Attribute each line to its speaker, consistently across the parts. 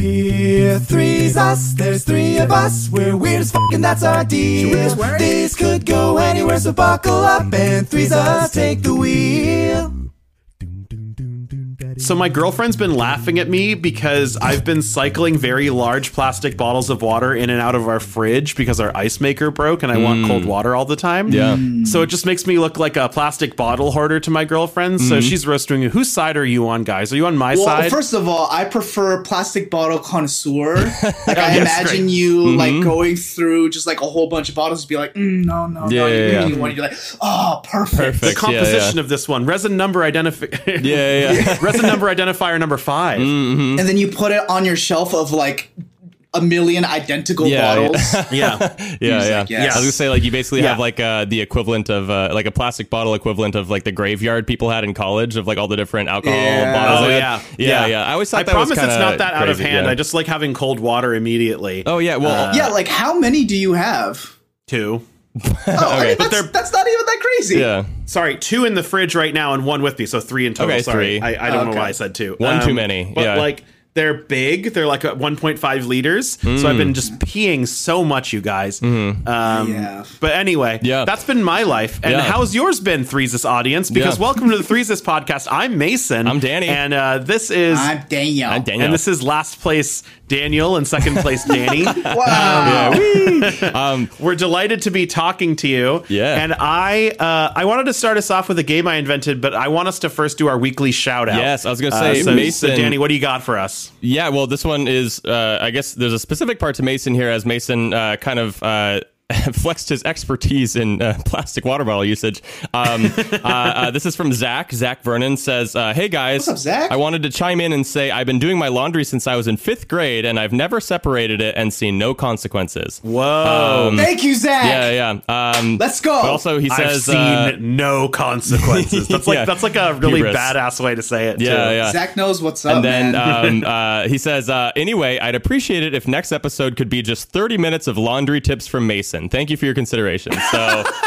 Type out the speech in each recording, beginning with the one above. Speaker 1: We're three's us, there's three of us. We're weird as fuck and that's our deal. This could go anywhere, so buckle up and three's us take the wheel.
Speaker 2: So my girlfriend's been laughing at me because I've been cycling very large plastic bottles of water in and out of our fridge because our ice maker broke and I want cold water all the time.
Speaker 3: Mm. Yeah.
Speaker 2: So it just makes me look like a plastic bottle hoarder to my girlfriend. So
Speaker 3: Mm-hmm.
Speaker 2: she's roasting me. Whose side are you on, guys? Are you on my
Speaker 4: Well,
Speaker 2: side?
Speaker 4: first of all, I prefer plastic bottle connoisseur. Like I
Speaker 2: Yeah, that's
Speaker 4: imagine
Speaker 2: great.
Speaker 4: you
Speaker 3: Mm-hmm.
Speaker 4: like going through just like a whole bunch of bottles, be like, mm, no, no,
Speaker 3: Yeah,
Speaker 4: no, you
Speaker 3: yeah,
Speaker 4: really
Speaker 3: yeah.
Speaker 4: one. You're like, oh, perfect.
Speaker 2: the
Speaker 3: Perfect. Yeah,
Speaker 2: composition
Speaker 3: yeah.
Speaker 2: of this one resin number identifier.
Speaker 3: Yeah, yeah. Mm.
Speaker 2: resin number identifier number 5
Speaker 3: Mm-hmm.
Speaker 4: And then you put it on your shelf of like a million identical
Speaker 3: Yeah, yeah.
Speaker 2: Yeah.
Speaker 4: bottles.
Speaker 3: Yeah, yeah.
Speaker 4: like, yes.
Speaker 3: I was gonna say like you basically
Speaker 2: Yeah.
Speaker 3: have like uh, the equivalent of uh, like a plastic bottle equivalent of like the graveyard people had in college of like all the different alcohol
Speaker 4: Yeah.
Speaker 3: bottles.
Speaker 2: Oh
Speaker 3: they had.
Speaker 2: yeah.
Speaker 3: yeah, yeah. I always thought
Speaker 2: I
Speaker 3: that
Speaker 2: promise
Speaker 3: was
Speaker 2: it's
Speaker 3: kinda
Speaker 2: not that out of
Speaker 3: crazy,
Speaker 2: hand.
Speaker 3: yeah.
Speaker 2: I just Uh, like having cold water immediately.
Speaker 3: oh yeah, well
Speaker 4: yeah, like how many do you have?
Speaker 2: Two.
Speaker 4: Oh, I mean, that's,
Speaker 2: they're-
Speaker 4: that's not even that crazy.
Speaker 3: yeah,
Speaker 2: Sorry, two in the fridge right now and one with me, so three in total.
Speaker 3: Okay,
Speaker 2: Sorry,
Speaker 3: three. Oh,
Speaker 2: I, I don't
Speaker 4: Okay.
Speaker 2: know why I said two. Um,
Speaker 3: One too many,
Speaker 2: But
Speaker 3: yeah.
Speaker 2: like they're big. They're like uh, 1.5 liters. So I've
Speaker 3: Mm.
Speaker 2: been just peeing so much, you guys. Um,
Speaker 4: Yeah.
Speaker 2: But anyway,
Speaker 3: Mm-hmm. Yeah.
Speaker 2: that's been my life. And
Speaker 3: Yeah.
Speaker 2: how's yours been, Threesis audience? Because
Speaker 3: Yeah.
Speaker 2: welcome to the Threesis podcast. I'm Mason.
Speaker 3: I'm Danny.
Speaker 2: and uh, this is
Speaker 4: I'm Daniel.
Speaker 3: I'm Daniel.
Speaker 2: and this is last place Daniel and second place Danny.
Speaker 4: Wow.
Speaker 3: Um,
Speaker 2: We're delighted to be talking to you.
Speaker 3: Yeah.
Speaker 2: And I uh, I wanted to start us off with a game I invented, but I want us to first do our weekly shout out.
Speaker 3: Yes, I was gonna say,
Speaker 2: so- so,
Speaker 3: Mason-
Speaker 2: Danny, what do you got for us?
Speaker 3: Yeah, well, this one is, uh, I guess there's a specific part to Mason here as Mason uh, kind of uh, flexed his expertise in uh, plastic water bottle usage. Um, uh, uh, this is from Zach. Zach Vernon says, uh, Hey guys. What's
Speaker 4: up, Zach?
Speaker 3: I wanted to chime in and say I've been doing my laundry since I was in fifth grade and I've never separated it and seen no consequences.
Speaker 2: Whoa.
Speaker 4: Thank you, Zach.
Speaker 3: Yeah, yeah. Um,
Speaker 4: Let's go.
Speaker 3: but also, he
Speaker 2: I've
Speaker 3: says,
Speaker 2: seen
Speaker 3: uh,
Speaker 2: no consequences. That's like
Speaker 3: Yeah.
Speaker 2: that's like a really
Speaker 3: Hubris.
Speaker 2: badass way to say it.
Speaker 3: Yeah,
Speaker 2: too.
Speaker 3: yeah.
Speaker 4: Zach knows what's up,
Speaker 3: uh, And then
Speaker 4: man.
Speaker 3: um, uh, he says, uh, anyway, I'd appreciate it if next episode could be just 30 minutes of laundry tips from Mason. Thank you for your consideration. So,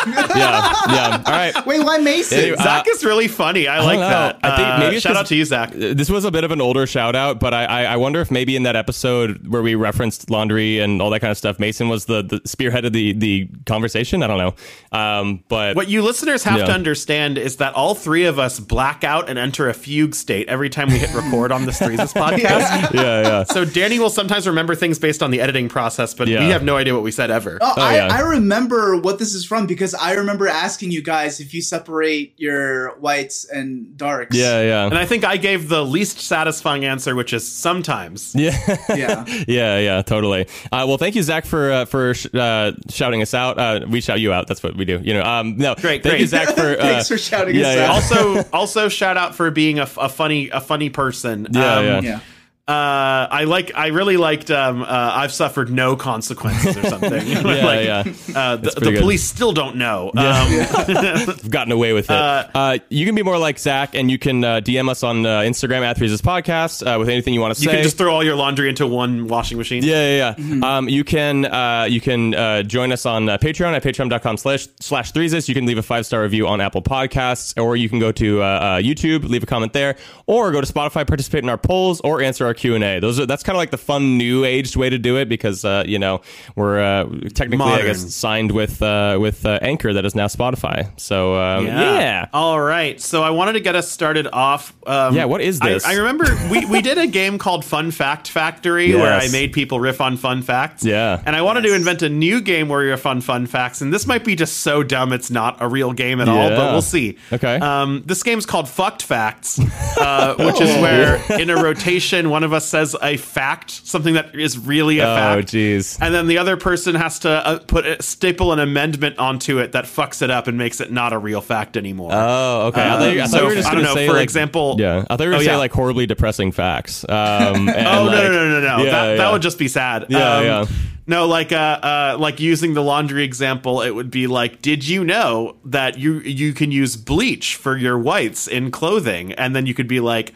Speaker 3: yeah, yeah. All right.
Speaker 4: Wait, why Mason?
Speaker 3: Anyway, uh,
Speaker 2: Zach is really funny. I, like
Speaker 3: know.
Speaker 2: that.
Speaker 3: I think
Speaker 2: Uh,
Speaker 3: maybe it's
Speaker 2: shout out
Speaker 3: just-
Speaker 2: to you, Zach.
Speaker 3: This was a bit of an older shout out, but I, I, I wonder if maybe in that episode where we referenced laundry and all that kind of stuff, Mason was the, the spearhead of the, the conversation. I don't know. Um, but
Speaker 2: What you listeners have
Speaker 3: Yeah.
Speaker 2: to understand is that all three of us black out and enter a fugue state every time we hit record on this Threeses podcast.
Speaker 3: yeah, yeah.
Speaker 2: So Danny will sometimes remember things based on the editing process, but
Speaker 3: Yeah.
Speaker 2: we have no idea what we said ever.
Speaker 4: Oh, I,
Speaker 3: yeah.
Speaker 4: I remember what this is from because I remember asking you guys if you separate your whites and darks.
Speaker 3: Yeah, yeah.
Speaker 2: And I think I gave the least satisfying answer, which is sometimes.
Speaker 3: yeah.
Speaker 4: Yeah.
Speaker 3: yeah, yeah, totally. Uh, well, thank you, Zach, for uh, for sh- uh, shouting us out. Uh, we shout you out. That's what we do. You know, um, no,
Speaker 2: Great,
Speaker 3: Thank you,
Speaker 2: great.
Speaker 3: Zach, for uh,
Speaker 4: Thanks for shouting
Speaker 3: yeah,
Speaker 4: us
Speaker 3: yeah.
Speaker 4: out.
Speaker 2: Also, also shout out for being a, f- a funny a funny person. Um,
Speaker 3: Yeah, yeah.
Speaker 4: Yeah.
Speaker 2: Uh, I like I really liked um, uh, I've suffered no consequences or something.
Speaker 3: Yeah,
Speaker 2: Like,
Speaker 3: yeah.
Speaker 2: Uh, the
Speaker 3: pretty
Speaker 2: the
Speaker 3: good.
Speaker 2: police still don't know. Um,
Speaker 3: I've gotten away with it. Uh, you can be more like Zach, and you can uh, DM us on uh, Instagram at Threes Podcast uh, with anything you want to say.
Speaker 2: you can just throw all your laundry into one washing machine.
Speaker 3: yeah, yeah, yeah.
Speaker 2: Mm-hmm.
Speaker 3: Um, you can uh, you can uh, join us on uh, Patreon at patreon.com slash slash threesis. You can leave a five star review on Apple Podcasts, or you can go to uh, uh, YouTube, leave a comment there, or go to Spotify, participate in our polls, or answer our Q and A. Those are that's kind of like the fun new aged way to do it because uh, you know we're uh, technically I
Speaker 2: Modern.
Speaker 3: guess signed with uh, with uh, Anchor that is now Spotify. So um, yeah.
Speaker 2: All right. So I wanted to get us started off. Um,
Speaker 3: Yeah, what is
Speaker 2: I-
Speaker 3: this?
Speaker 2: I, remember we, we did a game called Fun Fact Factory where I
Speaker 3: Yes.
Speaker 2: made people riff on fun facts.
Speaker 3: Yeah.
Speaker 2: And I wanted to invent a new game where you're fun fun facts. And this might be just so dumb it's not a real game at all,
Speaker 3: Yeah.
Speaker 2: but we'll see.
Speaker 3: Okay.
Speaker 2: Um, this game's called Fucked Facts, uh, which
Speaker 3: Oh.
Speaker 2: is where in a rotation one of us says a fact, something that is really a
Speaker 3: Oh
Speaker 2: fact.
Speaker 3: jeez.
Speaker 2: And then the other person has to uh, put a, staple an amendment onto it that fucks it up and makes it not a real fact anymore.
Speaker 3: Oh, okay. I, thought you- I
Speaker 2: Um,
Speaker 3: thought you were
Speaker 2: so,
Speaker 3: just
Speaker 2: I don't
Speaker 3: gonna
Speaker 2: know,
Speaker 3: say,
Speaker 2: for
Speaker 3: like-
Speaker 2: example-
Speaker 3: yeah, I thought you were
Speaker 2: Oh,
Speaker 3: gonna say
Speaker 2: yeah.
Speaker 3: like horribly depressing facts. Um, and,
Speaker 2: oh
Speaker 3: like-
Speaker 2: no, no, no, no, no!
Speaker 3: Yeah,
Speaker 2: that,
Speaker 3: yeah.
Speaker 2: that would just be sad. Um,
Speaker 3: Yeah, yeah.
Speaker 2: No, like uh, uh, like using the laundry example, it would be like, did you know that you you can use bleach for your whites in clothing, and then you could be like,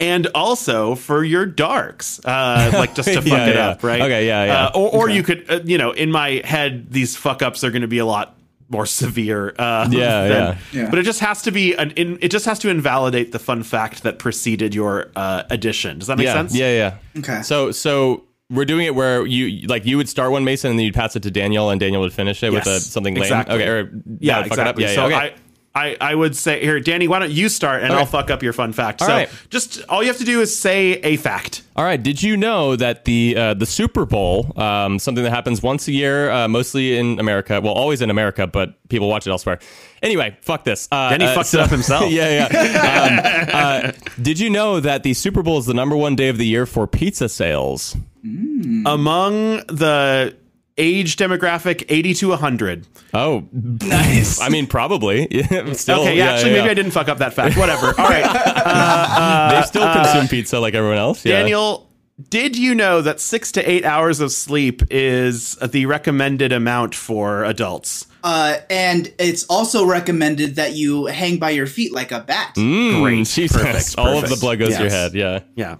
Speaker 2: and also for your darks, uh, like just to fuck
Speaker 3: Yeah,
Speaker 2: it
Speaker 3: yeah.
Speaker 2: up, right?
Speaker 3: Okay, yeah, yeah.
Speaker 2: Uh, or or you could, uh, you know, in my head, these fuck ups are going to be a lot more severe. Uh,
Speaker 3: Yeah,
Speaker 2: than-
Speaker 4: yeah. Yeah.
Speaker 2: But it just has to be an. In, it just has to invalidate the fun fact that preceded your uh, addition. Does that make
Speaker 3: yeah,
Speaker 2: sense?
Speaker 3: yeah, yeah.
Speaker 4: Okay.
Speaker 3: So so we're doing it where you like you would start one Mason and then you'd pass it to Daniel and Daniel would finish it with a,
Speaker 2: Yes,
Speaker 3: something lame.
Speaker 2: exactly.
Speaker 3: Okay, or
Speaker 2: Yeah,
Speaker 3: that would fuck it up.
Speaker 2: exactly.
Speaker 3: Yeah,
Speaker 2: so
Speaker 3: yeah, okay.
Speaker 2: I, I, I would say here, Danny, why don't you start and
Speaker 3: Okay.
Speaker 2: I'll fuck up your fun fact. so
Speaker 3: right.
Speaker 2: just all you have to do is say a fact.
Speaker 3: All right. Did you know that the uh, the Super Bowl, um, something that happens once a year, uh, mostly in America, well, always in America, but people watch it elsewhere. Anyway, fuck this. Uh,
Speaker 2: Then he
Speaker 3: uh,
Speaker 2: fucked it up himself.
Speaker 3: yeah, yeah. um, uh, did you know that the Super Bowl is the number one day of the year for pizza sales?
Speaker 2: Among the age demographic 80 to 100.
Speaker 3: Oh,
Speaker 4: nice.
Speaker 3: I mean, probably. Oh, Yeah, still,
Speaker 2: okay, yeah, actually, maybe I didn't fuck up that fact. Whatever. All right.
Speaker 3: They still consume pizza like everyone else. Yeah.
Speaker 2: Uh, Daniel, did you know that six to eight hours of sleep is the recommended amount for adults?
Speaker 4: Uh, and it's also recommended that you hang by your feet like a bat.
Speaker 3: Mm,
Speaker 2: Great.
Speaker 3: Jesus.
Speaker 2: Perfect,
Speaker 3: All of
Speaker 2: perfect.
Speaker 3: the blood goes to your
Speaker 2: Yes.
Speaker 3: head. Yeah.
Speaker 2: Yeah.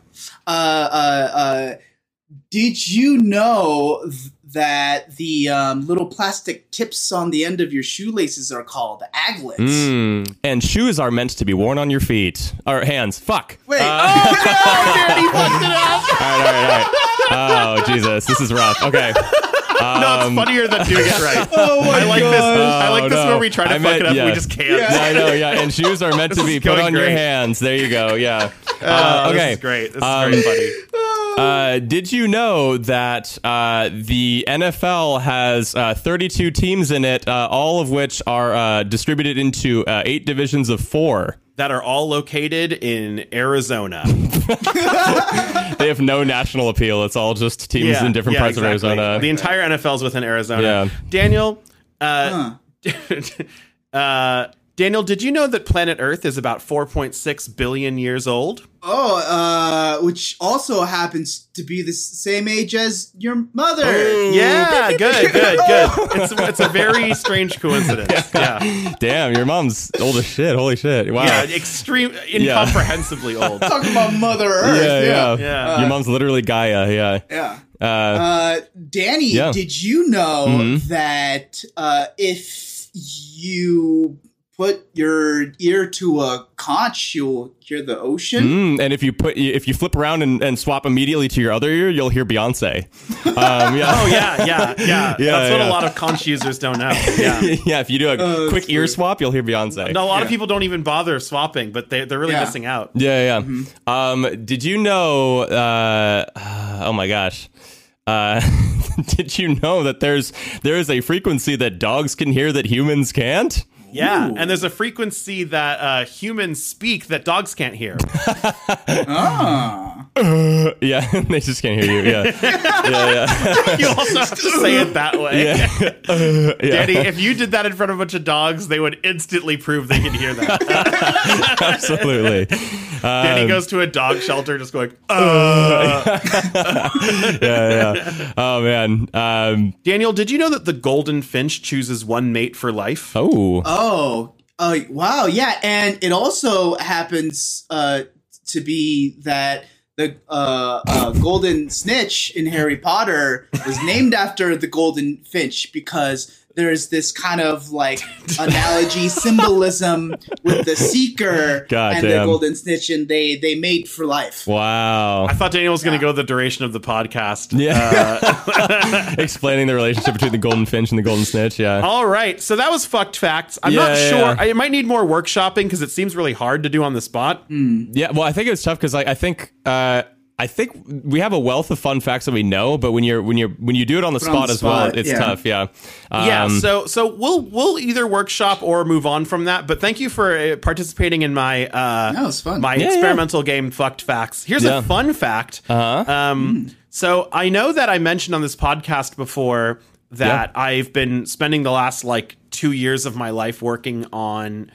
Speaker 4: uh, uh, uh, did you know th- that the um, little plastic tips on the end of your shoelaces are called aglets?
Speaker 3: Mm. And shoes are meant to be worn on your feet or hands. Fuck.
Speaker 4: Wait, oh,
Speaker 3: All right, all right, all right. Oh, Jesus. This is rough. Okay. Uh,
Speaker 2: No, it's funnier than doing it right. oh my I like this. I like
Speaker 3: Um, Oh,
Speaker 2: this
Speaker 3: no.
Speaker 2: where we try
Speaker 3: I
Speaker 2: to fuck
Speaker 3: meant-
Speaker 2: it up and we
Speaker 3: yeah.
Speaker 2: just can't.
Speaker 3: Yeah, I know, yeah. And shoes are meant to
Speaker 2: This
Speaker 3: be
Speaker 2: is
Speaker 3: put
Speaker 2: going
Speaker 3: on your
Speaker 2: great.
Speaker 3: hands. There you go. Yeah. Uh,
Speaker 2: Uh,
Speaker 3: okay.
Speaker 2: This is great. This
Speaker 3: Um,
Speaker 2: is very funny.
Speaker 3: Uh, did you know that uh, the NFL has uh, 32 teams in it, uh, all of which are uh, distributed into uh, eight divisions of four?
Speaker 2: That are all located in Arizona.
Speaker 3: They have no national appeal. It's all just teams in different
Speaker 2: yeah,
Speaker 3: parts
Speaker 2: exactly.
Speaker 3: of Arizona.
Speaker 2: The entire NFL's within Arizona.
Speaker 3: Yeah.
Speaker 2: Daniel, uh, uh, Daniel, did you know that planet Earth is about 4.6 billion years old?
Speaker 4: oh, uh, which also happens to be the s- same age as your mother.
Speaker 3: Oh.
Speaker 2: Yeah, good, good, good. It's, it's a very strange coincidence. Yeah,
Speaker 3: Damn, your mom's old as shit. Holy shit. Wow.
Speaker 2: yeah, extreme, incomprehensibly old.
Speaker 4: Talking about Mother Earth.
Speaker 3: yeah, yeah.
Speaker 2: Yeah.
Speaker 3: Your mom's literally Gaia. Yeah.
Speaker 4: yeah.
Speaker 3: Uh,
Speaker 4: Uh, Danny,
Speaker 3: Yeah. Mm-hmm.
Speaker 4: did you know that uh, if you put your ear to a conch, you'll hear the ocean?
Speaker 3: mm, and if you put if you flip around and, and swap immediately to your other ear, you'll hear Beyonce. Um, yeah.
Speaker 2: Oh yeah, yeah, yeah. That's
Speaker 3: Yeah,
Speaker 2: what
Speaker 3: yeah.
Speaker 2: a lot of conch users don't know. Yeah. Oh,
Speaker 3: yeah, if you do a
Speaker 4: that's
Speaker 3: quick ear
Speaker 4: weird.
Speaker 3: swap, you'll hear Beyonce.
Speaker 2: No, a lot of people don't even bother swapping, but they they're really
Speaker 4: Yeah.
Speaker 2: missing out.
Speaker 3: Yeah, yeah.
Speaker 2: Mm-hmm.
Speaker 3: Um, did you know? Uh, oh my gosh. Uh, did you know that there's there is a frequency that dogs can hear that humans can't?
Speaker 2: Yeah, and there's a frequency that uh, humans speak that dogs can't hear.
Speaker 4: Ah.
Speaker 3: Yeah, they just can't hear you. Yeah,
Speaker 2: you also have to say it that way.
Speaker 3: yeah, yeah.
Speaker 2: Daddy, if you did that in front of a bunch of dogs, they would instantly prove they could hear that. Uh,
Speaker 3: absolutely. Uh,
Speaker 2: Danny goes to a dog shelter, just going, "Uh."
Speaker 3: Yeah, yeah. Oh man. Um,
Speaker 2: Daniel, did you know that the golden finch chooses one mate for life?
Speaker 3: oh,
Speaker 4: Oh, uh, wow, yeah, and it also happens uh, to be that the uh, uh, golden snitch in Harry Potter was named after the golden finch because there's this kind of like analogy symbolism with the seeker
Speaker 3: God
Speaker 4: and the
Speaker 3: damn.
Speaker 4: golden snitch, and they they mate for life.
Speaker 3: wow.
Speaker 2: I thought Daniel was going to go the duration of the podcast.
Speaker 3: Yeah.
Speaker 2: Uh,
Speaker 3: Explaining the relationship between the golden finch and the golden snitch. Yeah.
Speaker 2: All right, so that was fucked facts. I'm
Speaker 3: Yeah,
Speaker 2: not
Speaker 3: yeah,
Speaker 2: sure.
Speaker 3: yeah.
Speaker 2: I might need more workshopping because it seems really hard to do on the spot.
Speaker 3: Yeah, well, I think it was tough because like I think uh, I think we have a wealth of fun facts that we know, but when you're when you're when you do it on the
Speaker 4: on
Speaker 3: spot
Speaker 4: the
Speaker 3: as well,
Speaker 4: spot,
Speaker 3: it's
Speaker 4: yeah.
Speaker 3: tough. Yeah, um,
Speaker 2: yeah, so so we'll we'll either workshop or move on from that. But thank you for uh, participating in my uh,
Speaker 4: That was fun.
Speaker 2: my
Speaker 3: yeah.
Speaker 2: experimental game fucked facts. Here's
Speaker 3: Yeah.
Speaker 2: a fun fact. Uh-huh. Um, So I know that I mentioned on this podcast before that I've been spending the last like two years of my life working on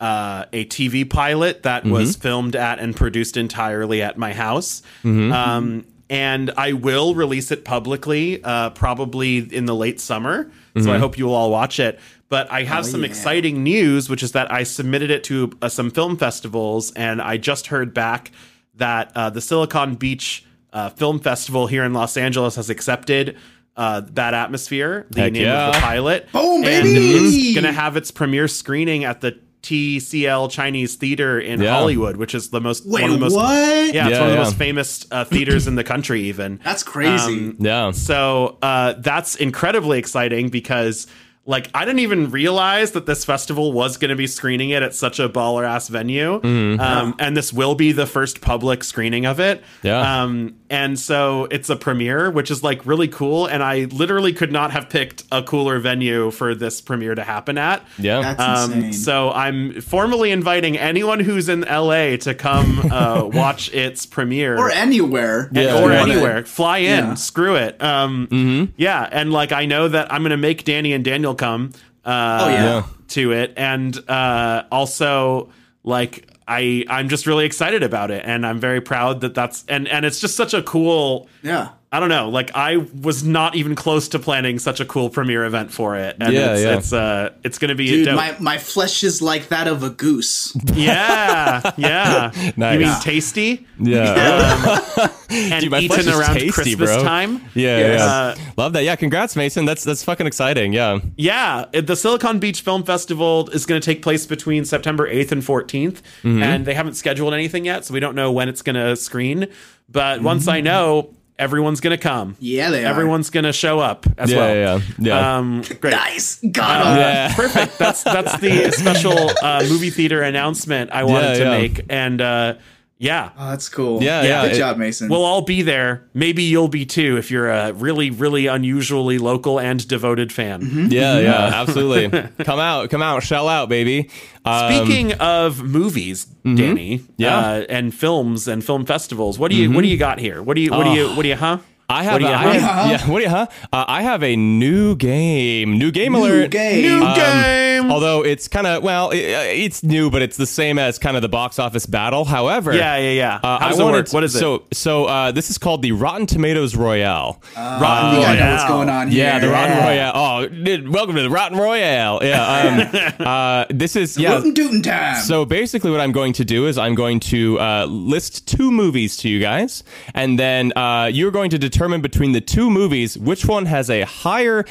Speaker 2: uh, a TV pilot that was filmed at and produced entirely at my house. Um, and I will release it publicly, uh, probably in the late summer. So I hope you will all watch it. But I have some
Speaker 4: yeah.
Speaker 2: exciting news, which is that I submitted it to uh, some film festivals, and I just heard back that uh, the Silicon Beach uh, Film Festival here in Los Angeles has accepted uh, Bad Atmosphere, the
Speaker 3: Heck
Speaker 2: name of the
Speaker 3: yeah.
Speaker 2: pilot.
Speaker 4: Boom,
Speaker 2: And
Speaker 4: baby!
Speaker 2: it's going to have its premiere screening at the TCL Chinese Theater in
Speaker 3: Yeah.
Speaker 2: Hollywood, which is the most
Speaker 4: Wait,
Speaker 2: one of the most
Speaker 4: what?
Speaker 2: yeah, it's
Speaker 3: Yeah,
Speaker 2: one of the
Speaker 3: yeah.
Speaker 2: most famous uh, theaters in the country, even.
Speaker 4: That's crazy.
Speaker 2: Um,
Speaker 3: Yeah.
Speaker 2: So uh, that's incredibly exciting because, like, I didn't even realize that this festival was going to be screening it at such a baller ass venue, um, and this will be the first public screening of it.
Speaker 3: Yeah.
Speaker 2: Um, and so it's a premiere, which is like really cool. And I literally could not have picked a cooler venue for this premiere to happen at.
Speaker 3: Yeah.
Speaker 4: That's
Speaker 2: Um,
Speaker 4: insane.
Speaker 2: so I'm formally inviting anyone who's in LA to come uh, watch its premiere
Speaker 4: or anywhere.
Speaker 3: Yeah,
Speaker 2: or
Speaker 3: yeah. Mm-hmm.
Speaker 2: anywhere. Fly in,
Speaker 4: Yeah.
Speaker 2: screw it. Um, Yeah, and like I know that I'm gonna make Danny and Daniel come. Uh,
Speaker 4: Oh, yeah. Yeah.
Speaker 2: to it, and uh, also like I I'm just really excited about it, and I'm very proud that that's and and it's just such a cool.
Speaker 4: Yeah.
Speaker 2: I don't know. Like I was not even close to planning such a cool premiere event for it, and
Speaker 3: Yeah,
Speaker 2: it's,
Speaker 3: yeah.
Speaker 2: it's uh it's gonna be
Speaker 4: Dude,
Speaker 2: dope.
Speaker 4: my, my flesh is like that of a goose.
Speaker 2: yeah, yeah.
Speaker 3: Nice.
Speaker 2: You mean tasty?
Speaker 3: yeah.
Speaker 2: And
Speaker 3: Dude, my flesh
Speaker 2: eaten
Speaker 3: is
Speaker 2: around
Speaker 3: tasty,
Speaker 2: Christmas
Speaker 3: bro.
Speaker 2: time.
Speaker 3: Yeah,
Speaker 4: Yes.
Speaker 3: yeah.
Speaker 2: Uh,
Speaker 3: Love that. Yeah, congrats, Mason. That's that's fucking exciting. Yeah.
Speaker 2: Yeah, it- the Silicon Beach Film Festival is going to take place between September 8th and 14th,
Speaker 3: Mm-hmm.
Speaker 2: and they haven't scheduled anything yet, so we don't know when it's going to screen.
Speaker 3: Mm-hmm.
Speaker 2: But once I know, everyone's going to come.
Speaker 4: Yeah, they are.
Speaker 2: Everyone's going to show up as
Speaker 3: Yeah,
Speaker 2: well.
Speaker 3: yeah, yeah.
Speaker 2: Um, great. Uh,
Speaker 4: Nice. Got him.
Speaker 3: yeah.
Speaker 2: Perfect. That's that's the special uh, movie theater announcement I wanted
Speaker 3: Yeah,
Speaker 2: to
Speaker 3: yeah.
Speaker 2: make, and uh, yeah,
Speaker 4: Oh, that's cool.
Speaker 3: Yeah, yeah,
Speaker 4: Good
Speaker 3: it-
Speaker 4: job, Mason.
Speaker 2: We'll all be there. Maybe you'll be too if you're a really, really unusually local and devoted fan.
Speaker 4: Mm-hmm.
Speaker 3: Yeah, yeah, absolutely. Come out, come out, shell out, baby. Um,
Speaker 2: Speaking of movies, Danny,
Speaker 3: Mm-hmm. Yeah. Mm-hmm.
Speaker 2: uh, and films and film festivals, what do you what do you got here? What do you what do you what do you huh?
Speaker 3: I have,
Speaker 2: what do
Speaker 3: a-
Speaker 2: you,
Speaker 3: I
Speaker 2: huh?
Speaker 3: have- yeah, what do you, huh? Uh, I have a new game, new game alert.
Speaker 4: game.
Speaker 2: New
Speaker 4: Um,
Speaker 2: game.
Speaker 3: Although it's kind of well, i it's new, but it's the same as kind of the box office battle. However,
Speaker 2: yeah, yeah, yeah.
Speaker 3: Uh,
Speaker 2: How
Speaker 3: I
Speaker 2: does it
Speaker 3: wanted
Speaker 2: work? What is it?
Speaker 3: So, so uh, this is called the Rotten Tomatoes Royale. Um,
Speaker 4: I think I know what's
Speaker 2: Royale.
Speaker 4: going on here.
Speaker 3: yeah, the Rotten Royale. Oh, dude, welcome to the Rotten Royale. Yeah, um, uh, this is yeah.
Speaker 4: Rootin' Dootin' time.
Speaker 3: So basically, what I'm going to do is I'm going to uh, list two movies to you guys, and then uh, you're going to determine between the two movies which one has a higher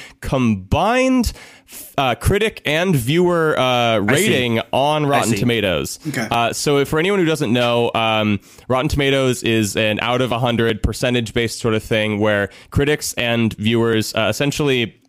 Speaker 3: combined uh, critic and viewer uh, rating on Rotten
Speaker 2: see.
Speaker 3: Tomatoes.
Speaker 4: Okay.
Speaker 3: Uh, so, if, for anyone who doesn't know, um, Rotten Tomatoes is an out of 100 percentage based sort of thing where critics and viewers uh, essentially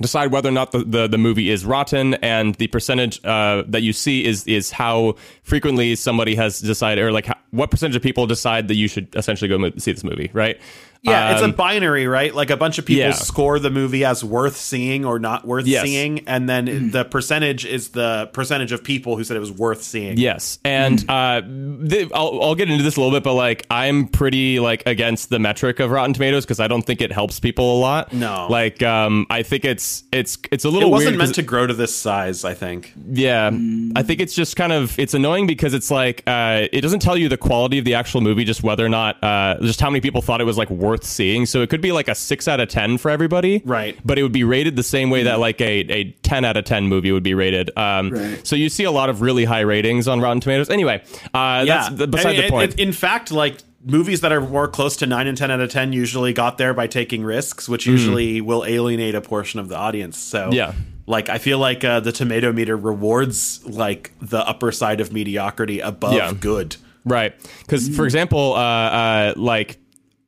Speaker 3: decide whether or not the, the, the movie is rotten and the percentage uh, that you see is is how frequently somebody has decided or like how, what percentage of people decide that you should essentially go mo- see this movie right
Speaker 2: yeah, it's
Speaker 3: Um,
Speaker 2: a binary, right? Like a bunch of people
Speaker 3: yeah.
Speaker 2: score the movie as worth seeing or not worth
Speaker 3: Yes. Mm.
Speaker 2: seeing, and then the percentage is the percentage of people who said it was worth seeing.
Speaker 3: Yes, and
Speaker 2: Mm.
Speaker 3: uh, th- I'll, I'll get into this a little bit, but like I'm pretty like against the metric of Rotten Tomatoes because I don't think it helps people a lot.
Speaker 2: No.
Speaker 3: like um, I think it's it's it's a
Speaker 2: It
Speaker 3: little Oh,
Speaker 2: wasn't
Speaker 3: weird 'cause-
Speaker 2: meant to grow to this size, I think.
Speaker 3: yeah, I
Speaker 2: Mm.
Speaker 3: think it's just kind of it's annoying because it's like uh, it doesn't tell you the quality of the actual movie, just whether or not uh, just how many people thought it was like worth seeing. So it could be like a six out of ten for everybody,
Speaker 2: Right. Mm.
Speaker 3: But it would be rated the same way that like a, a ten out of ten movie would be rated. Um,
Speaker 4: Right.
Speaker 3: So you see a lot of really high ratings on Rotten Tomatoes. Anyway, uh, that's the, beside
Speaker 2: I mean,
Speaker 3: the
Speaker 2: it-
Speaker 3: point.
Speaker 2: it- in fact, like movies that are more close to nine and ten out of ten usually got there by taking risks, which usually will alienate a portion of the audience. So
Speaker 3: Mm. Yeah.
Speaker 2: Like I feel like uh, the tomato meter rewards like the upper side of mediocrity above
Speaker 3: Yeah.
Speaker 2: good.
Speaker 3: Right. Because, for example, uh, uh, like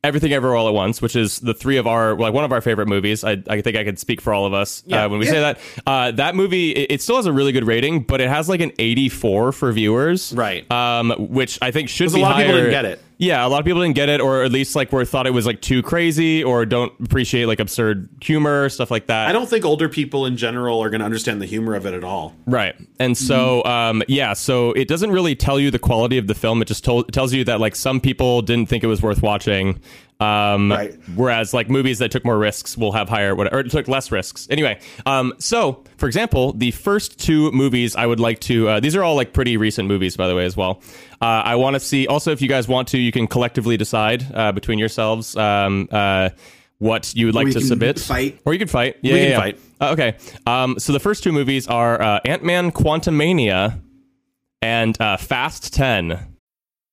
Speaker 3: Everything Everywhere All at Once, which is the three of our, like one of our favorite movies. I, I think I could speak for all of us
Speaker 2: Yeah.
Speaker 3: uh, when we say that. Uh, that movie, it, it still has a really good rating, but it has like an 84 for viewers.
Speaker 2: Right.
Speaker 3: Um, which I think should
Speaker 2: 'Cause
Speaker 3: be
Speaker 2: a lot of people
Speaker 3: higher.
Speaker 2: didn't get it.
Speaker 3: Yeah, a lot of people didn't get it, or at least like were thought it was like too crazy, or don't appreciate like absurd humor, stuff like that.
Speaker 2: I don't think older people in general are going to understand the humor of it at all.
Speaker 3: Right. And
Speaker 4: Mm-hmm.
Speaker 3: so, um, yeah, so it doesn't really tell you the quality of the film. It just told, it tells you that, like, some people didn't think it was worth watching. Um,
Speaker 2: Right.
Speaker 3: Whereas, like, movies that took more risks will have higher, whatever, or took less risks. Anyway, um, so, for example, the first two movies I would like to, uh, these are all, like, pretty recent movies, by the way, as well. Uh, I want to see, also, if you guys want to, you can collectively decide uh, between yourselves um, uh, what you would like
Speaker 4: we
Speaker 3: to
Speaker 4: can
Speaker 3: submit.
Speaker 4: fight.
Speaker 3: Or you could fight. Yeah,
Speaker 2: can
Speaker 3: yeah, yeah.
Speaker 2: fight.
Speaker 3: Uh, okay. Um, so the first two movies are uh, Ant Man Quantumania and uh, Fast 10.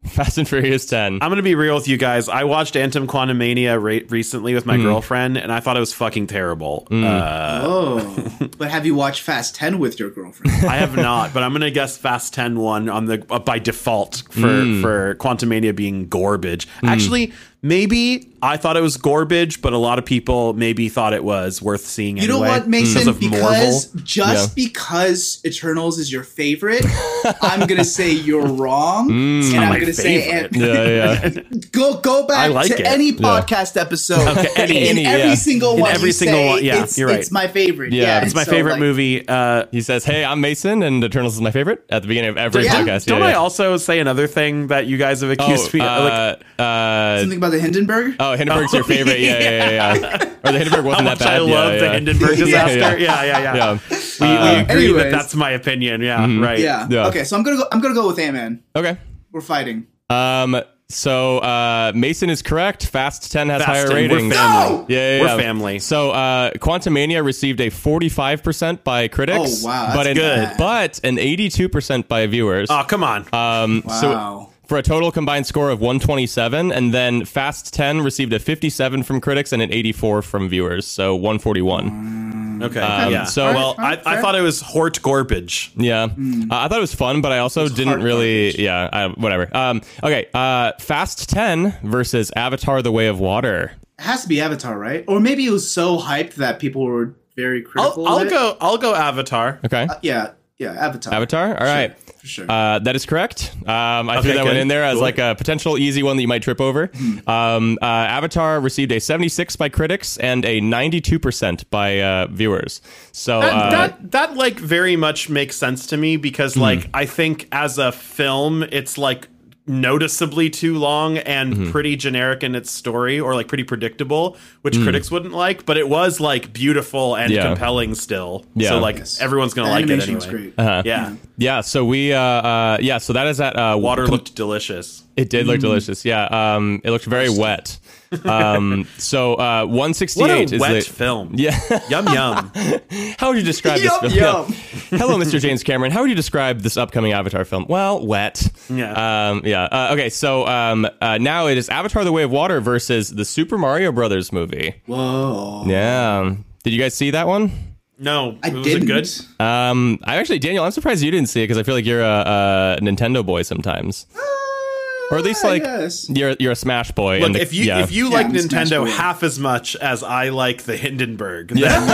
Speaker 3: Fast and Furious 10.
Speaker 2: I'm gonna be real with you guys. I watched Anthem Quantumania re- recently with my
Speaker 3: Mm.
Speaker 2: girlfriend, and I thought it was fucking terrible. Uh,
Speaker 4: Oh, but have you watched Fast Ten with your girlfriend?
Speaker 2: I have not, but I'm gonna guess Fast 10 one on the uh, by default for
Speaker 3: Hmm.
Speaker 2: for Quantumania being garbage. Actually, maybe I thought it was garbage, but a lot of people maybe thought it was worth seeing.
Speaker 4: You know
Speaker 2: anyway
Speaker 4: what, Mason?
Speaker 2: of Marvel.
Speaker 4: Because just because Eternals is your favorite, I'm gonna say you're wrong, and
Speaker 2: Mm. not
Speaker 4: I'm
Speaker 2: my
Speaker 4: gonna say
Speaker 2: favorite.
Speaker 4: Ant-
Speaker 3: Yeah, yeah.
Speaker 4: go go
Speaker 2: I
Speaker 4: back
Speaker 2: like
Speaker 4: to
Speaker 2: it.
Speaker 4: any
Speaker 3: Yeah.
Speaker 4: podcast episode.
Speaker 2: any-
Speaker 4: in
Speaker 3: any,
Speaker 4: every
Speaker 3: yeah.
Speaker 4: single
Speaker 2: In
Speaker 4: one,
Speaker 2: every
Speaker 4: you
Speaker 2: single
Speaker 4: say,
Speaker 2: one, yeah,
Speaker 4: it's,
Speaker 2: you're right.
Speaker 4: It's my favorite.
Speaker 3: Yeah,
Speaker 4: Yeah,
Speaker 3: it's
Speaker 2: It's my
Speaker 4: so,
Speaker 2: favorite
Speaker 4: like,
Speaker 2: movie. Uh,
Speaker 3: He says, Hey, I'm Mason, and Eternals is my favorite at the beginning of every
Speaker 4: Yeah.
Speaker 3: podcast.
Speaker 2: don't
Speaker 3: yeah,
Speaker 2: I
Speaker 3: yeah.
Speaker 2: also say another thing that you guys have
Speaker 3: Oh,
Speaker 2: accused me? of? Like,
Speaker 3: uh, uh,
Speaker 4: Something about the Hindenburg.
Speaker 3: oh, Hindenburg's your favorite. Yeah, yeah, yeah. yeah. or the Hindenburg
Speaker 2: how
Speaker 3: wasn't that
Speaker 2: much
Speaker 3: bad.
Speaker 2: I
Speaker 3: yeah,
Speaker 2: love the
Speaker 3: yeah.
Speaker 2: Hindenburg
Speaker 4: Yeah,
Speaker 2: disaster.
Speaker 3: yeah.
Speaker 2: Yeah, yeah, yeah.
Speaker 3: Yeah. Mm-hmm.
Speaker 2: We, we agree
Speaker 4: Uh, Anyways.
Speaker 2: that that's my opinion. Yeah, right.
Speaker 4: yeah.
Speaker 3: yeah.
Speaker 4: Okay, so I'm gonna go. I'm gonna go with Ant Man.
Speaker 3: Okay.
Speaker 4: We're fighting.
Speaker 3: Um. So uh, Mason is correct. Fast Ten has
Speaker 2: Fast
Speaker 3: higher
Speaker 2: 10, we're
Speaker 3: ratings.
Speaker 2: family.
Speaker 4: No!
Speaker 3: Yeah, yeah,
Speaker 2: We're
Speaker 3: yeah.
Speaker 2: family.
Speaker 3: So uh, Quantumania received a forty-five percent by critics.
Speaker 4: Oh, wow, that's
Speaker 3: but an,
Speaker 2: good.
Speaker 3: But an eighty-two percent by viewers.
Speaker 2: Oh, come on.
Speaker 3: um. So.
Speaker 4: Wow.
Speaker 3: For a total combined score of 127, and then Fast 10 received a 57 from critics and an 84 from viewers, so
Speaker 4: Mm.
Speaker 3: 141.
Speaker 2: okay.
Speaker 3: Um,
Speaker 2: yeah.
Speaker 3: So,
Speaker 4: Alright,
Speaker 3: well,
Speaker 4: alright.
Speaker 2: I, I thought it was Hort Garbage.
Speaker 3: Yeah, uh, I thought it was fun, but I also didn't
Speaker 4: Mm. hard
Speaker 3: really. Yeah, I, whatever. Um, okay, uh, Fast Ten versus Avatar: The Way of Water.
Speaker 4: It has to be Avatar, right? Or maybe it was so hyped that people were very critical.
Speaker 2: I'll,
Speaker 4: of
Speaker 2: I'll
Speaker 4: it.
Speaker 2: go. I'll go Avatar.
Speaker 3: Okay,
Speaker 4: Yeah, yeah, Avatar.
Speaker 3: Avatar. All right,
Speaker 4: for Uh, sure.
Speaker 3: uh, that is correct. Um, I threw
Speaker 2: Okay,
Speaker 3: that one
Speaker 2: good.
Speaker 3: in there as
Speaker 2: Cool. Hmm.
Speaker 3: like a potential easy one that you might trip over. Um, uh, Avatar received a 76 by critics and a 92 percent by uh, viewers. So uh,
Speaker 2: That, that that like very much makes sense to me because like
Speaker 3: Hmm.
Speaker 2: I think as a film it's like noticeably too long and
Speaker 3: Hmm.
Speaker 2: pretty generic in its story or like pretty predictable which critics wouldn't like but it was like beautiful and
Speaker 3: Hmm. Yeah.
Speaker 2: compelling still
Speaker 3: Yeah.
Speaker 2: so like
Speaker 4: Yes.
Speaker 2: everyone's gonna
Speaker 4: The
Speaker 2: like it
Speaker 4: animation
Speaker 2: anyway Uh-huh.
Speaker 4: was great.
Speaker 2: yeah
Speaker 3: yeah, so we uh, uh, yeah, so that is at uh,
Speaker 2: water
Speaker 3: com-
Speaker 2: looked delicious
Speaker 3: It did
Speaker 2: Hmm.
Speaker 3: look delicious. Yeah. Um, it looked very wet. Um, so uh, 168
Speaker 2: what a
Speaker 3: is
Speaker 2: wet
Speaker 3: the-
Speaker 2: film
Speaker 3: Yeah.
Speaker 2: yum yum
Speaker 3: how would you describe this
Speaker 4: Yum,
Speaker 3: film?
Speaker 4: yum.
Speaker 3: Yeah. Hello, Mr. James Cameron. How would you describe this upcoming Avatar film? Well, wet.
Speaker 2: Yeah.
Speaker 3: Um, yeah. Uh, okay. So um, uh, now it is Avatar: The Way of Water versus the Super Mario Brothers movie.
Speaker 4: Whoa.
Speaker 3: Yeah. Did you guys see that one?
Speaker 2: no
Speaker 4: I
Speaker 2: was
Speaker 4: didn't.
Speaker 2: it good
Speaker 3: Um, I actually, Daniel, I'm surprised you didn't see it because I feel like you're a, a Nintendo boy sometimes, or at least
Speaker 4: I
Speaker 3: like
Speaker 4: guess.
Speaker 3: you're you're a Smash boy.
Speaker 2: Look,
Speaker 3: and the-
Speaker 2: if you
Speaker 3: yeah.
Speaker 2: if you
Speaker 4: Yeah,
Speaker 2: like
Speaker 4: I'm a Smash
Speaker 2: Nintendo
Speaker 4: boy.
Speaker 2: half as much as I like the Hindenburg, then you're gonna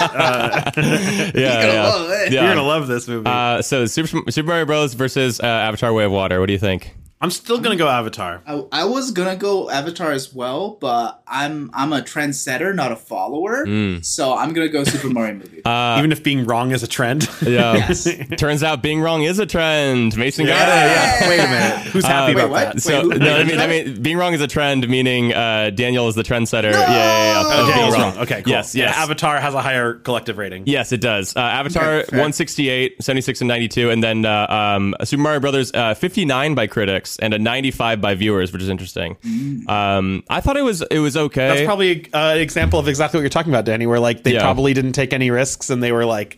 Speaker 3: yeah,
Speaker 4: gonna
Speaker 3: yeah.
Speaker 4: love it.
Speaker 3: Yeah.
Speaker 2: you're gonna love this movie.
Speaker 3: Uh, so Super, Super Mario Bros. versus uh, Avatar: Way of Water. What do you think?
Speaker 2: I'm still gonna go Avatar.
Speaker 4: I, I was gonna go Avatar as well, but I'm I'm a trendsetter, not a follower.
Speaker 2: Hmm.
Speaker 4: So I'm gonna go Super Mario movie.
Speaker 3: uh,
Speaker 2: Even if being wrong is a trend.
Speaker 3: Yeah.
Speaker 4: Yes.
Speaker 3: Turns out being wrong is a trend. Mason got it.
Speaker 2: yeah. Wait a minute. Who's
Speaker 3: Uh,
Speaker 2: happy
Speaker 4: wait,
Speaker 2: about
Speaker 4: what?
Speaker 2: that?
Speaker 3: So
Speaker 4: Wait, who-
Speaker 3: no, I mean, I mean, being wrong is a trend, meaning uh, Daniel is the trendsetter. Yeah, yeah, yeah.
Speaker 2: Oh,
Speaker 3: of being
Speaker 2: Daniel's wrong. Okay, cool.
Speaker 3: Yes,
Speaker 2: Yeah,
Speaker 3: yes.
Speaker 2: Avatar has a higher collective rating.
Speaker 3: Yes, it does. Uh, Avatar
Speaker 4: Okay, fair.
Speaker 3: 168, 76, and 92, and then uh, um, Super Mario Brothers uh, 59 by critics and a 95 by viewers, which is interesting.
Speaker 4: Mm.
Speaker 3: Um, I thought it was it was okay.
Speaker 2: That's probably uh, an example of exactly what you're talking about, Danny, where like they
Speaker 3: Yeah. Mm-hmm.
Speaker 2: probably didn't take any risks and they were like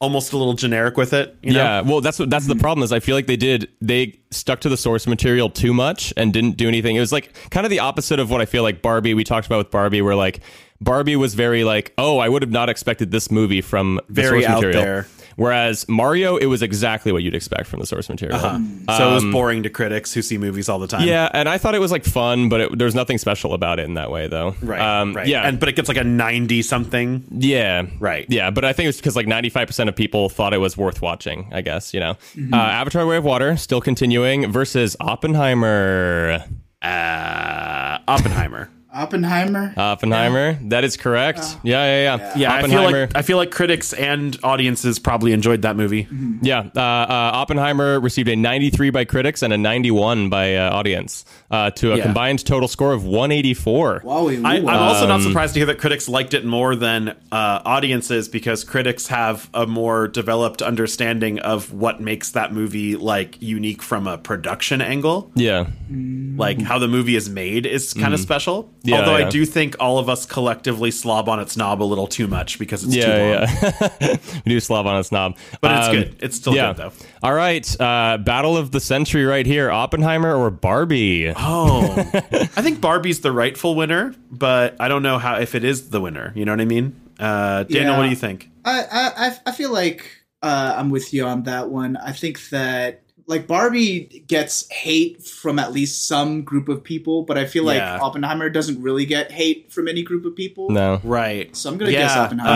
Speaker 2: almost a little generic with it. You know?
Speaker 3: Yeah, well, that's what that's the problem is. I feel like they did they stuck to the source material too much and didn't do anything. It was like kind of the opposite of what I feel like Barbie. We talked about with Barbie, where like Barbie was very like, oh, I would have not expected this movie from the
Speaker 2: Very
Speaker 3: source
Speaker 2: out
Speaker 3: material.
Speaker 2: there.
Speaker 3: Whereas Mario, it was exactly what you'd expect from the source material.
Speaker 2: Uh-huh. So it was boring to critics who see movies all the time.
Speaker 3: Um, Yeah, and I thought it was like fun, but it, there's nothing special about it in that way, though.
Speaker 2: Right.
Speaker 3: Um,
Speaker 2: right.
Speaker 3: Yeah.
Speaker 2: And but it gets like a ninety something.
Speaker 3: Yeah.
Speaker 2: Right.
Speaker 3: Yeah, but I think it's because like 95% of people thought it was worth watching, I guess, you know.
Speaker 2: Mm-hmm.
Speaker 3: Uh, Avatar Way of Water still continuing versus Oppenheimer.
Speaker 2: uh, Oppenheimer.
Speaker 4: Oppenheimer.
Speaker 3: Oppenheimer. That is correct. yeah, yeah, yeah.
Speaker 2: Yeah, I feel
Speaker 3: Oppenheimer.
Speaker 2: like I feel like critics and audiences probably enjoyed that movie.
Speaker 3: yeah, uh, uh, Oppenheimer received a 93 by critics and a 91 by uh, audience uh, to a
Speaker 2: Yeah.
Speaker 3: combined total score of 184.
Speaker 4: Wowie,
Speaker 2: I, I'm
Speaker 4: woo.
Speaker 2: also
Speaker 3: um,
Speaker 2: not surprised to hear that critics liked it more than uh, audiences because critics have a more developed understanding of what makes that movie like unique from a production angle.
Speaker 3: Yeah,
Speaker 2: Like how the movie is made is kind of special.
Speaker 3: Mm-hmm. Yeah,
Speaker 2: Although
Speaker 3: yeah.
Speaker 2: I do think all of us collectively slob on its knob a little too much because it's too long.
Speaker 3: yeah, yeah. we do slob on a snob,
Speaker 2: But it's
Speaker 3: Um,
Speaker 2: good. It's still
Speaker 3: yeah.
Speaker 2: good though.
Speaker 3: All right. Uh, battle of the century right here. Oppenheimer or Barbie?
Speaker 2: Oh, I think Barbie's the rightful winner, but I don't know how if it is the winner. You know what I mean? Uh, Daniel,
Speaker 4: Yeah.
Speaker 2: what do you think?
Speaker 4: I, I, I- I feel like uh, I'm with you on that one. I think that like Barbie gets hate from at least some group of people, but I feel like
Speaker 2: Yeah.
Speaker 4: Oppenheimer doesn't really get hate from any group of people.
Speaker 3: No.
Speaker 2: Right.
Speaker 4: So I'm gonna guess Oppenheimer.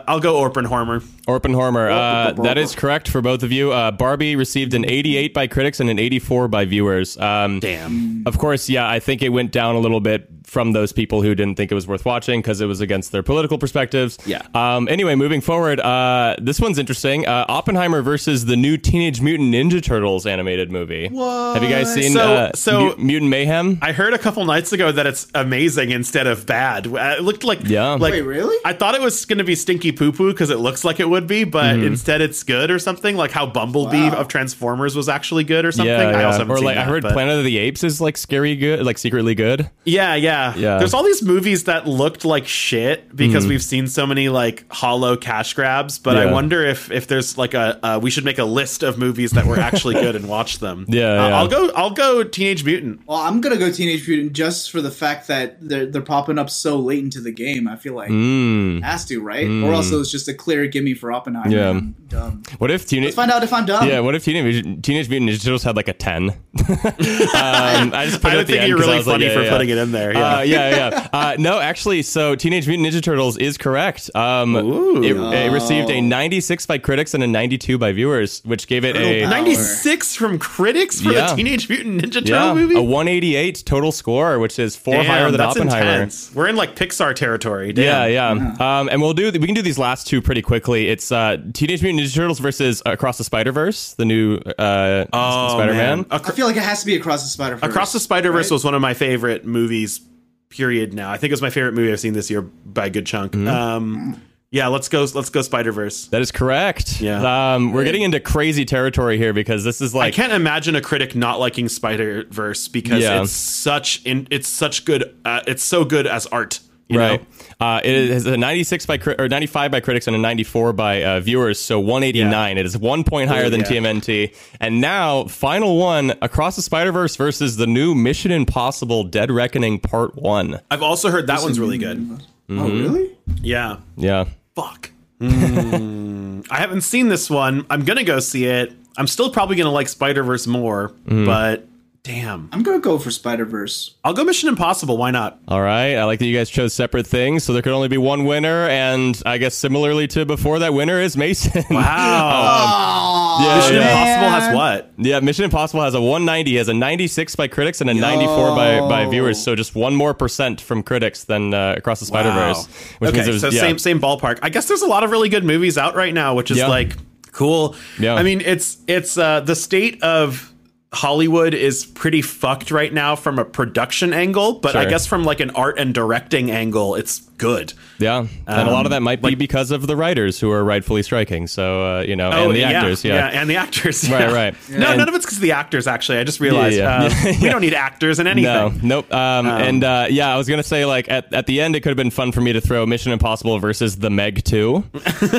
Speaker 2: Uh, I'll go Oppenheimer.
Speaker 3: Oppenheimer. Uh, that is correct for both of you. Uh, Barbie received an 88 by critics and an 84 by viewers. Um,
Speaker 4: Mm.
Speaker 2: Damn.
Speaker 3: Of course, yeah, I think it went down a little bit from those people who didn't think it was worth watching because it was against their political perspectives.
Speaker 2: Yeah.
Speaker 3: Um, anyway, moving forward, uh, this one's interesting. Uh, Oppenheimer versus the new Teenage Mutant Ninja Turtles animated movie. Have you guys seen
Speaker 2: So-
Speaker 3: uh,
Speaker 2: so-
Speaker 3: Mu- Mutant Mayhem?
Speaker 2: I heard a couple nights ago that it's amazing instead of bad. Uh, It looked like
Speaker 3: Yeah.
Speaker 2: Like,
Speaker 4: Wait, really?
Speaker 2: I thought it was going to be stinky poo poo because it looks like it would be, but
Speaker 3: Mm-hmm.
Speaker 2: instead it's good or something. Like how Bumblebee
Speaker 4: Wow.
Speaker 2: of Transformers was actually good or something.
Speaker 3: Yeah,
Speaker 2: I
Speaker 3: yeah.
Speaker 2: also haven't
Speaker 3: or
Speaker 2: seen
Speaker 3: like I
Speaker 2: that,
Speaker 3: heard
Speaker 2: but-
Speaker 3: Planet of the Apes is like scary good, like secretly good.
Speaker 2: Yeah, yeah,
Speaker 3: Yeah. Mm.
Speaker 2: There's all these movies that looked like shit because we've seen so many like hollow cash grabs. But
Speaker 3: Yeah.
Speaker 2: I wonder if if there's like a uh, we should make a list of movies that were actually good and watch them.
Speaker 3: Yeah,
Speaker 2: Uh,
Speaker 3: yeah.
Speaker 2: I'll go. I'll go Teenage Mutant.
Speaker 4: well, I'm gonna go Teenage Mutant just for the fact that they're they're popping up so late into the game. I feel like
Speaker 3: Mm.
Speaker 4: has to right, or else it was just a clear gimme for Oppenheimer.
Speaker 3: Yeah.
Speaker 4: I'm dumb.
Speaker 3: What if Teenage?
Speaker 4: Let's find out if I'm dumb.
Speaker 3: Yeah, what if Teenage, Teenage Mutant Ninja Turtles had like a ten? um, I just put
Speaker 2: I
Speaker 3: it
Speaker 2: would
Speaker 3: at the
Speaker 2: think
Speaker 3: end
Speaker 2: you're
Speaker 3: 'cause I
Speaker 2: really
Speaker 3: was like,
Speaker 2: funny
Speaker 3: yeah,
Speaker 2: for
Speaker 3: yeah,
Speaker 2: putting
Speaker 3: yeah.
Speaker 2: it in there. Yeah.
Speaker 3: Uh, yeah, yeah. Uh, no, actually, so Teenage Mutant Ninja Turtles is correct. Um,
Speaker 2: Ooh. Oh.
Speaker 3: it, it received a 96 by critics and a 92 by viewers, which gave it a
Speaker 4: Turtle power.
Speaker 2: 96 from critics for
Speaker 3: Yeah.
Speaker 2: the Teenage Mutant Ninja Turtle
Speaker 3: yeah,
Speaker 2: movie.
Speaker 3: a 188 total score, which is four
Speaker 2: Damn,
Speaker 3: higher than
Speaker 2: that's
Speaker 3: Oppenheimer.
Speaker 2: intense. We're in like Pixar territory. Damn.
Speaker 3: Yeah,
Speaker 2: Mm-hmm.
Speaker 3: yeah. Um, and we'll do we can do these last two pretty quickly. It's uh, Teenage Mutant Ninja Turtles versus Across the Spider Verse, the new uh,
Speaker 2: Oh,
Speaker 3: Spider Man.
Speaker 4: I feel like it has to be across the Spider Verse.
Speaker 2: Across the Spider Verse
Speaker 4: right?
Speaker 2: was one of my favorite movies. Period. Now I think it was my favorite movie I've seen this year by a good chunk.
Speaker 3: Mm-hmm.
Speaker 2: Um, yeah, let's go. Let's go Spider Verse.
Speaker 3: That is correct.
Speaker 2: Yeah.
Speaker 3: Um, we're getting into crazy territory here because this is
Speaker 2: I
Speaker 3: like
Speaker 2: can't imagine a critic not liking Spider Verse because
Speaker 3: Yeah.
Speaker 2: it's such in, it's such good. Uh, it's so good as art. You
Speaker 3: right.
Speaker 2: Know?
Speaker 3: Uh, it is a 96 by cri- or 95 by critics and a 94 by uh, viewers, so 189. It is one point higher than
Speaker 2: yeah.
Speaker 3: TMNT. And now, final one: Across the Spider Verse versus the new Mission Impossible: Dead Reckoning Part One.
Speaker 2: I've also heard that one's really good. Mm-hmm.
Speaker 4: Oh really?
Speaker 2: Yeah.
Speaker 3: Yeah.
Speaker 2: Fuck. Mm, I haven't seen this one. I'm gonna go see it. I'm still probably gonna like Spider Verse more,
Speaker 3: Mm.
Speaker 2: but damn,
Speaker 4: I'm gonna go for Spider Verse.
Speaker 2: I'll go Mission Impossible. Why not?
Speaker 3: All right. I like that you guys chose separate things, so there could only be one winner. And I guess similarly to before, that winner is Mason. Oh,
Speaker 2: Wow.
Speaker 3: yeah,
Speaker 2: Mission
Speaker 3: yeah.
Speaker 2: Impossible has what?
Speaker 3: Yeah, Mission Impossible has a 190, has a 96 by critics and a 94 by, by viewers. So just one more percent from critics than uh, Across the Spider Verse.
Speaker 2: okay, so same same ballpark. I guess there's a lot of really good movies out right now, which is
Speaker 3: Yeah.
Speaker 2: like cool.
Speaker 3: Yeah.
Speaker 2: I mean, it's it's uh, the state of Hollywood is pretty fucked right now from a production angle, but I
Speaker 3: Sure.
Speaker 2: guess from like an art and directing angle, it's good.
Speaker 3: Yeah, and a
Speaker 2: Um,
Speaker 3: lot of that might be because of the writers who are rightfully striking. So uh, you know, and the
Speaker 2: Oh, yeah,
Speaker 3: actors. Yeah,
Speaker 2: and the actors.
Speaker 3: Right,
Speaker 2: yeah.
Speaker 3: right.
Speaker 2: No,
Speaker 3: And-
Speaker 2: none of it's because the actors. Actually, I just realized
Speaker 3: yeah.
Speaker 2: uh, we don't need actors in anything.
Speaker 3: No, nope. Um, and uh, yeah, I was gonna say like at, at the end, it could have been fun for me to throw Mission Impossible versus the Meg Two.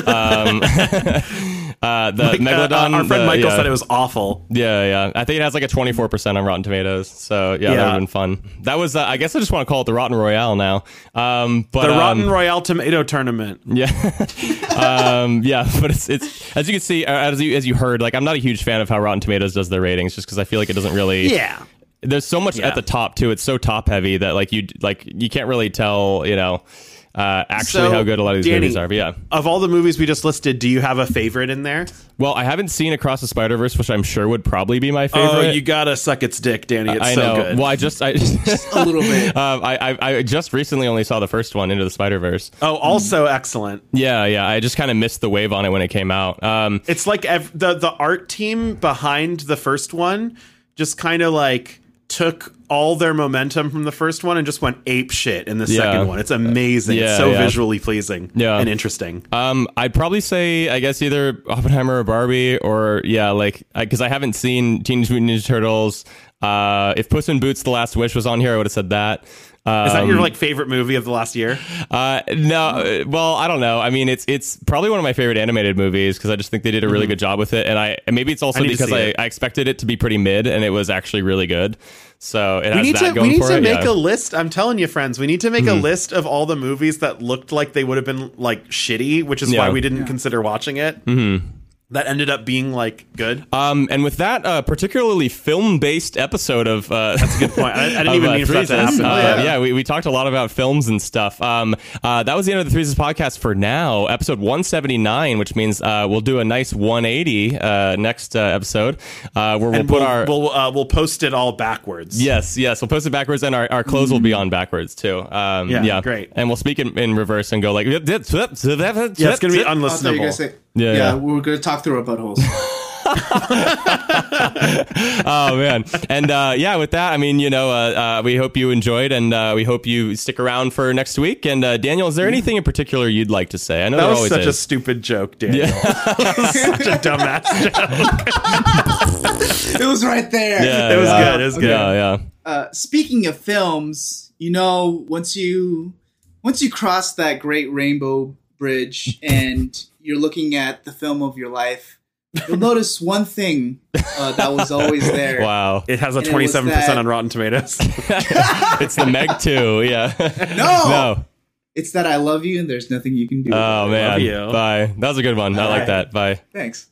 Speaker 3: Um, uh, the
Speaker 2: Like, uh, uh,
Speaker 3: Megalodon.
Speaker 2: our friend
Speaker 3: the-
Speaker 2: Michael
Speaker 3: yeah.
Speaker 2: said it was awful.
Speaker 3: Yeah, yeah. I think it has like a 24% on Rotten Tomatoes. So, yeah, that would
Speaker 2: Yeah.
Speaker 3: have been fun. That was, uh, I guess I just want to call it the Rotten Royale now. Um, but,
Speaker 2: The
Speaker 3: um,
Speaker 2: Rotten Royale Tomato Tournament.
Speaker 3: Yeah. um, yeah, but it's, it's, as you can see, uh, as you, as you heard, like, I'm not a huge fan of how Rotten Tomatoes does their ratings just because I feel like it doesn't really.
Speaker 2: Yeah.
Speaker 3: There's so much
Speaker 2: Yeah.
Speaker 3: at the top, too. It's so top heavy that, like, you, like, you can't really tell, you know. uh, actually
Speaker 2: So,
Speaker 3: how good a lot of these
Speaker 2: Danny-
Speaker 3: movies are. But yeah.
Speaker 2: Of all the movies we just listed, do you have a favorite in there?
Speaker 3: Well, I haven't seen Across the Spider Verse, which I'm sure would probably be my favorite.
Speaker 2: Oh, you gotta suck its dick, Danny. It's
Speaker 3: Uh, I
Speaker 2: so
Speaker 3: know.
Speaker 2: good.
Speaker 3: Well, I just I
Speaker 4: a little bit.
Speaker 3: um, I, I I just recently only saw the first one, Into the Spider Verse.
Speaker 2: Oh, also excellent.
Speaker 3: Yeah, yeah. I just kind of missed the wave on it when it came out. Um,
Speaker 2: It's like ev- the the art team behind the first one just kind of like took all their momentum from the first one and just went ape shit in the
Speaker 3: Yeah.
Speaker 2: second one. It's amazing.
Speaker 3: Yeah,
Speaker 2: it's so
Speaker 3: yeah.
Speaker 2: visually pleasing
Speaker 3: Yeah.
Speaker 2: and interesting.
Speaker 3: Um, I'd probably say, I guess either Oppenheimer or Barbie, or yeah, like because I, haven't seen Teenage Mutant Ninja Turtles. Uh, if Puss in Boots: The Last Wish was on here, I would have said that. Um,
Speaker 2: Is that your like favorite movie of the last year?
Speaker 3: uh, no, uh, well, I don't know. I mean, it's it's probably one of my favorite animated movies because I just think they did a really good job with it, and I and maybe it's also
Speaker 2: Mm-hmm. need to
Speaker 3: because
Speaker 2: see
Speaker 3: I,
Speaker 2: it.
Speaker 3: I expected it to be pretty mid, and it was actually really good. So it
Speaker 2: We
Speaker 3: has
Speaker 2: need
Speaker 3: that
Speaker 2: to
Speaker 3: going
Speaker 2: we need
Speaker 3: for
Speaker 2: to
Speaker 3: it.
Speaker 2: make
Speaker 3: yeah. Hmm.
Speaker 2: a list. I'm telling you, friends, we need to make a list of all the movies that looked like they would have been like shitty, which is
Speaker 3: Yeah. Mm-hmm.
Speaker 2: why we didn't consider watching it. That ended up being like good.
Speaker 3: um, and with that uh, particularly film-based episode of uh, that's a good
Speaker 2: Point. I, I didn't even
Speaker 3: of, uh,
Speaker 2: mean for that to
Speaker 3: Threeses.
Speaker 2: happen.
Speaker 3: Uh, yeah, we, we talked a lot about films and stuff. Um, uh, that was the end of the Threeses podcast for now, episode 179, which means uh, we'll do a nice 180 uh, next uh, episode uh, where we'll
Speaker 2: and
Speaker 3: put
Speaker 2: we'll,
Speaker 3: our.
Speaker 2: we'll, uh, we'll post it all backwards.
Speaker 3: Yes, yes. We'll post it backwards, and our, our clothes will be on backwards too. Um, yeah,
Speaker 2: Mm-hmm. Yeah, great.
Speaker 3: And we'll speak in, in reverse and go like, yeah, it's
Speaker 2: yeah, it's
Speaker 3: gonna
Speaker 2: gonna be
Speaker 4: I thought you were
Speaker 2: unlistenable.
Speaker 4: gonna say-
Speaker 3: Yeah,
Speaker 4: yeah,
Speaker 3: yeah.
Speaker 4: we were gonna talk through our buttholes.
Speaker 3: oh man and uh, yeah with that i mean you know uh, uh, we hope you enjoyed and uh, we hope you stick around for next week and uh, daniel is there anything in particular you'd like to say i know
Speaker 2: Mm-hmm. that
Speaker 3: there always
Speaker 2: was such a
Speaker 3: is.
Speaker 2: stupid joke, Daniel. such a dumbass joke.
Speaker 4: it was right there.
Speaker 3: yeah,
Speaker 2: It was
Speaker 3: yeah.
Speaker 2: good. It was good.
Speaker 3: yeah yeah
Speaker 4: Uh, speaking of films, you know, once you once you cross that great rainbow bridge and you're looking at the film of your life, you'll notice one thing uh, that was always there.
Speaker 3: wow
Speaker 2: It has a
Speaker 4: it was
Speaker 2: 27%
Speaker 4: that-
Speaker 2: on Rotten Tomatoes.
Speaker 3: it's the meg 2 yeah
Speaker 4: No,
Speaker 3: no
Speaker 4: it's that I love you and there's nothing you can do.
Speaker 3: oh man
Speaker 2: you.
Speaker 3: bye that was a good one i like
Speaker 4: right.
Speaker 3: that bye
Speaker 4: Thanks.